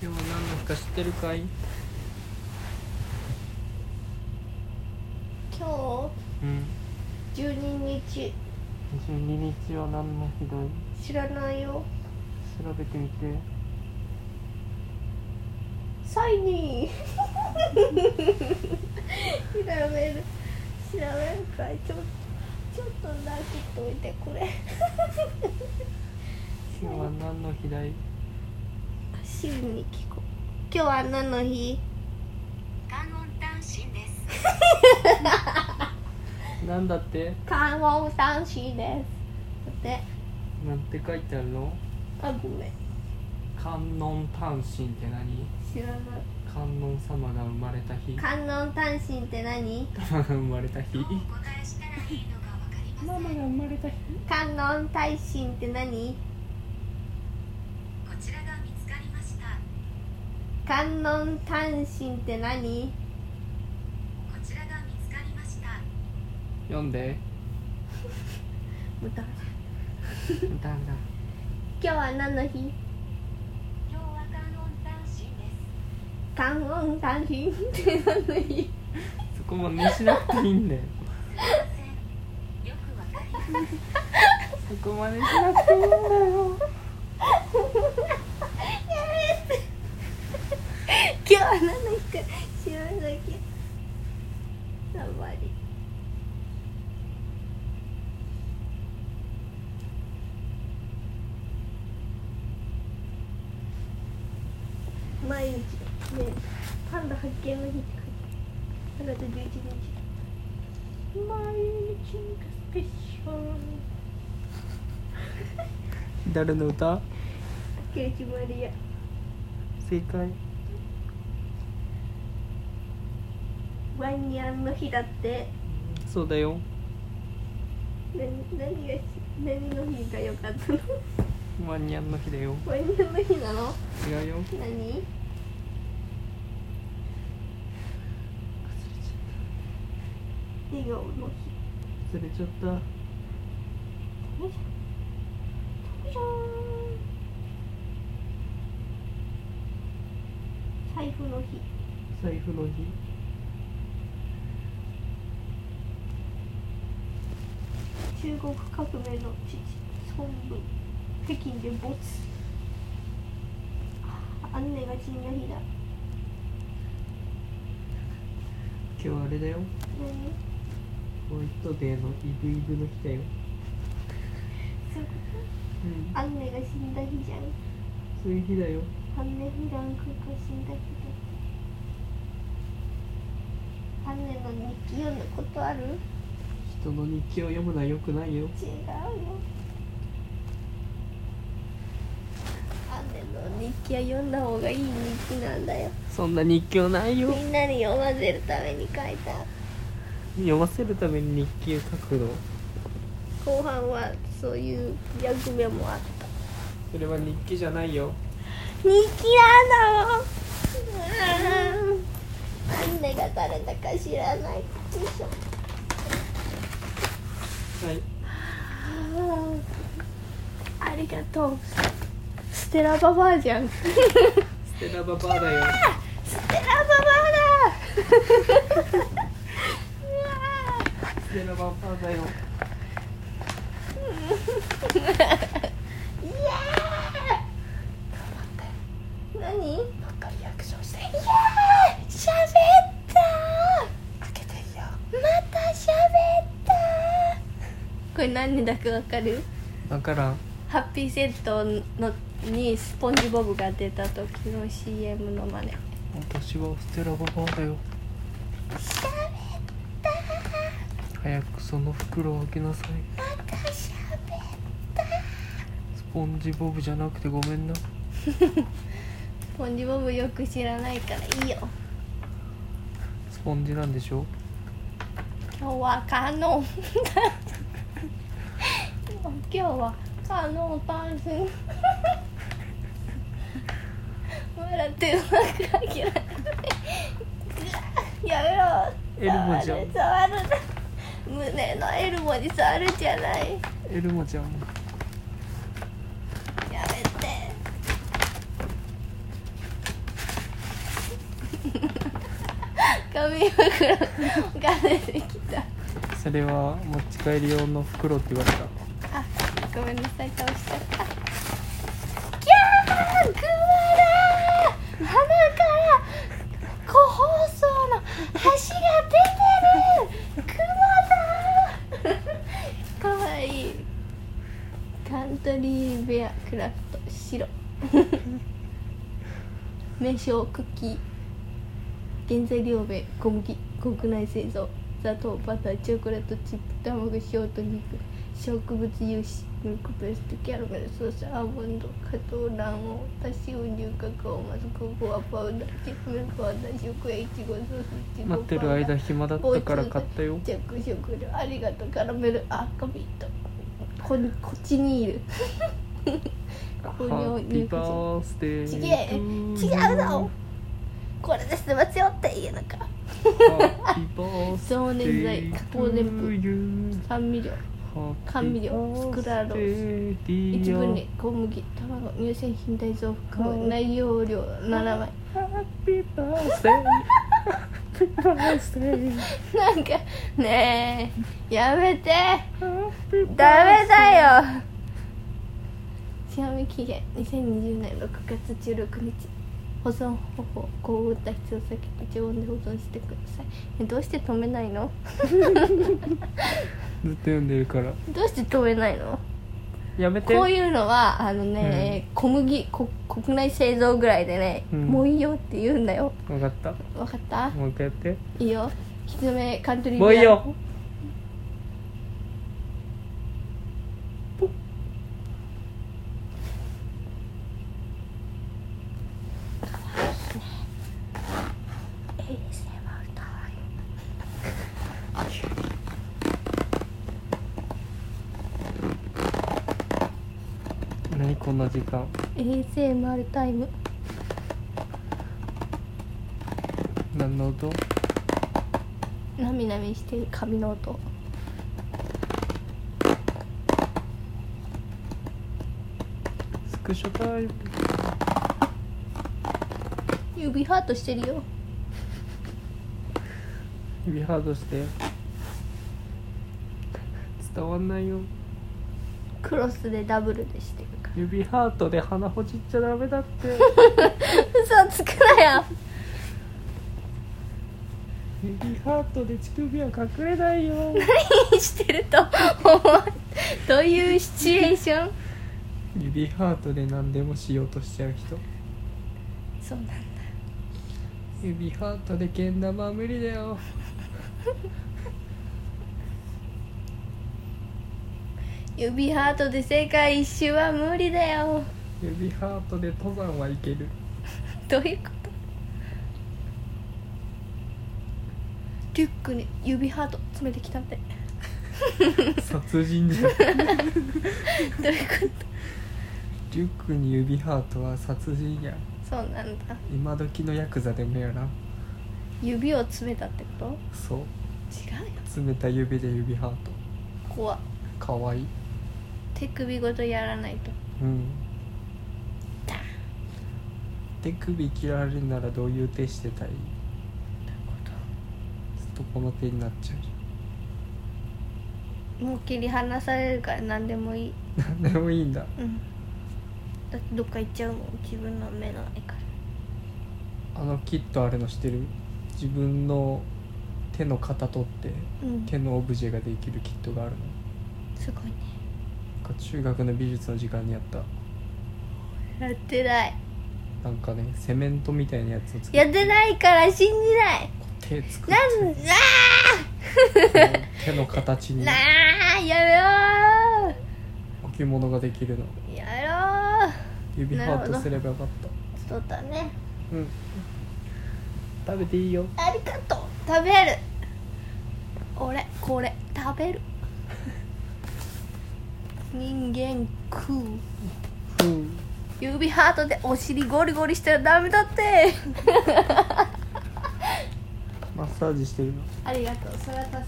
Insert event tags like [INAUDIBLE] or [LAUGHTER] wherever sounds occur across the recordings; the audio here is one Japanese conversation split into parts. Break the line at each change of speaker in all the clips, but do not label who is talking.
今日何の日か知ってるかい
今日
うん
12日
12日は何の日だい
知らないよ
調べてみて
サイニー調べる調べるかいちょちょっとだけといてくれ
今日は何の日だい
シンに聞こう今日は何の日
関音単身です。
なんだって
看護三子ですで
なんて書いてあるの
あごめん
観音単身って何
知らない
観音様が生まれた日
観音単身って何
ママが生まれた日
どうお答えしたらいいのかわかりません。
ママが生まれた日
観音大神って何
こちらが見つかりました。
観音単身って何
こちらが見つかりました。
読んで
歌
だんだ
今日は何の日
今日は関音
観音
単身です。
単身って何の日
そこもねしなくていいんだよ
すみません。よくわかりません。
そこまでしなくていいんだよ
今日は何の日か知らなきゃやばい毎日ねパンダ発見の日って書いてある9月11日毎日がスペシャル
誰の歌
竹内まりや
正解
ワンニャンの日だって
そうだよ
何何が何の日が良か [LAUGHS] ったの
ワンニャンの日だよ
ワンニャンの日なの
違うよ
何笑顔の日
忘れちゃった
じゃーん財布の日
財布の日
中国革命の父孫文北京で没あ姉が死んだ日だ
今日あれだよ
何
ホワイトデーのイブイブの日だよ
そういうこ
うん
とアンネが死んだ日じゃん
そういう日だよ
アンネ・フランクが死んだ日だアンネの日記読んだことある
人の日記を読むのは良くないよ
違うよアンネの日記は読んだ方がいい日記なんだよ
そんな日記はないよ
みんなに読ませるために書いた
読ませるために日記を書くの
後半はそういう役目もあった
それは日記じゃないよ
日記なのうーんアンネが誰だか知らないでしょ
はい
ありがとうステラババアじゃんステ
ステラババアだよ
ラババアだうわ
ステラババアだよ
ーイエーイ何なんかリアクションしてイエーイ喋った開けていいよまた喋ったこれ何だかわかる
分からん
ハッピーセットのにスポンジボブが出た時の CM の真似
私はステラババアだよ
喋った
早くその袋を開けなさい
また喋った
スポンジボブじゃなくてごめんな
スポンジボブよく知らないからいいよ
スポンジなんでしょ
今日はカノン今日はカノンパンス笑ってうまく開けられないやめろ
エルモじゃん
触る触る胸のエルモに触るじゃない
エルモちゃん
やめて [LAUGHS] 紙袋が出てきた
それは持ち帰り用の袋って言われた
あごめんなさい倒しちゃったキャークマだー鼻から個包装の端が出てるクマだー [LAUGHS] かわいいカントリーベアクラフト
[LAUGHS]
白名称クッキー原材料名小麦国内製造砂糖バターチョコレートチップ卵塩と肉植物油脂ミルクペーストキャラメルソースアーモンド加糖卵黄多少乳化をまずココアパウダーチップミルクパウダー食塩いちごソースいちごパウダー
待ってる間暇だったから買ったよ
着色料ありがとうカラメルアーカビートこにこっちにいる
ハ
ここに
ッピーバースデー
ちげえ違うのこれで済ますよって言うのか
ハッピーバースデー
そうねんざい加工全部甘味料甘味料スクラロー一
一
分に小麦卵乳製品大豆を含む内容量7枚
ハッピーバースデーハッピーバースデー
なんかねえやめて
ハッピーバースデー
ダメだよ賞味期限2020年6月16日保存方法こう打った必要先常温で保存してくださいえどうして止めないの
ずっと読んでるから
どうして止めないの
やめて
こういうのはあのね、小麦こ国内製造ぐらいでね、
うん
もういいよって言うんだよ
分かった
わかった、
もう一回やって
いいよひつめカントリー
もういいよ
ビア ASMR かわいい
何こんな時間
ASMR タイム
何の音
なみなみしてる髪の音
スクショタイム
指ハートしてるよ
指ハードして伝わんないよ
クロスでダブルでしてるか
指ハートで鼻ほじっちゃダメだって [LAUGHS]
ら嘘つくなよ
指ハートで乳首は隠れない [LAUGHS] よ
何してると思うどういうシチュエーション
指ハートで何でもしようとしちゃう人
そうなんだ
指ハートでけん玉は無理だよ
指ハートで世界一周は無理だよ
指ハートで登山はいける
どういうことリュックに指ハート詰めてきたって
殺人じゃん
どういうこ
リュックに指ハートは殺人や
とそうなんだ
今時のヤクザでもやな
指を詰めたってこ
そう
と違うよ
詰めた指で指ハート
怖っ
かわいい
手首ごとやらないと
うん手首切られるならどういう手してたいずっとこの手になっちゃう
もう切り離されるから何でもいい
じゃん [LAUGHS] 何でもいいんだ
うんだってどっか行っちゃうもん自分の目の絵から
あのキットあれのしてる自分の手の型取って
うん
手のオブジェができるキットがあるの
すごいね
なんか中学の美術の時間にやった
やってない
なんかねセメントみたいなやつを作
やってないから信じない
手作っ
なん
て
あ
手の形
ー
に
なあやめろ
置物ができるの
ーや
指ハ
な
ー
るほ
ト
ど
すればよかっ
めろーそうだね
たうん食べていいよ
ありがとう食べる俺これ食べる人間食う
うん
指ハートでお尻ゴリゴリしたらダメだって
マッサージしてるの
[LAUGHS] ありがとうそれは助かる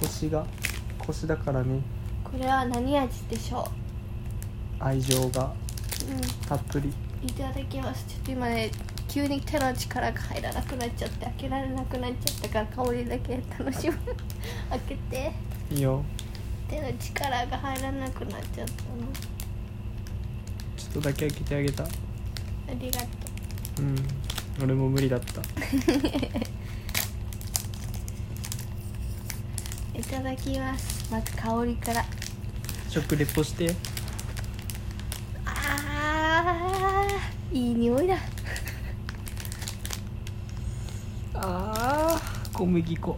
腰が腰だからね
これは何味でしょ
愛情が
う、うん、
たっぷり
いただきますちょっと今ね急に手の力が入らなくなっちゃって開けられなくなっちゃったから香りだけ楽しむ開けて
いいよ
手の力が入らなくなっちゃったの
ちょっとだけ開けてあげた
ありがと
う
う
ん俺も無理だった
いただきますまず香りから
食レポして
あーいい匂いだ
あー小麦粉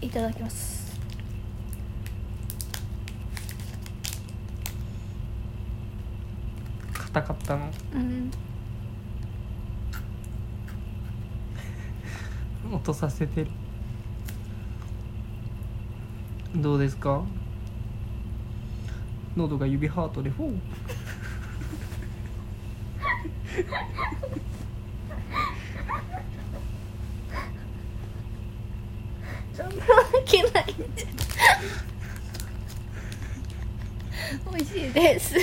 いただきます
硬かったの
うん
落とさせてるどうですか喉が指ハートでフォー
そんなわけないじゃん美味しいです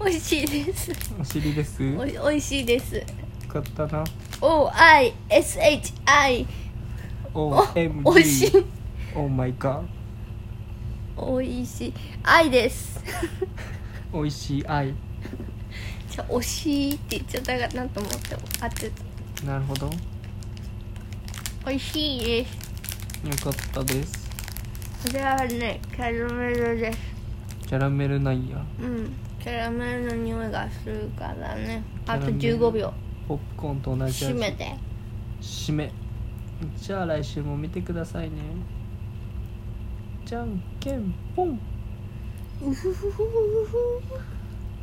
美味しいです
お尻です
お
よ
い美味しいです
かったな
OISHI お
OMG
美味しい
Oh my god
美味しい愛です [LAUGHS]
おいしい愛
じゃあ惜しいって言っちゃったかなと思ってあってた
なるほどよ
美味しいです
かったです
これはねキャラメルです
キャラメルなんや
うんキャラメルの匂いがするからねあと
キャラメル
15秒
ポップコーンと同じ味
閉めて
締めじゃあ来週も見てくださいねじゃんけんぽん
うふふふふふ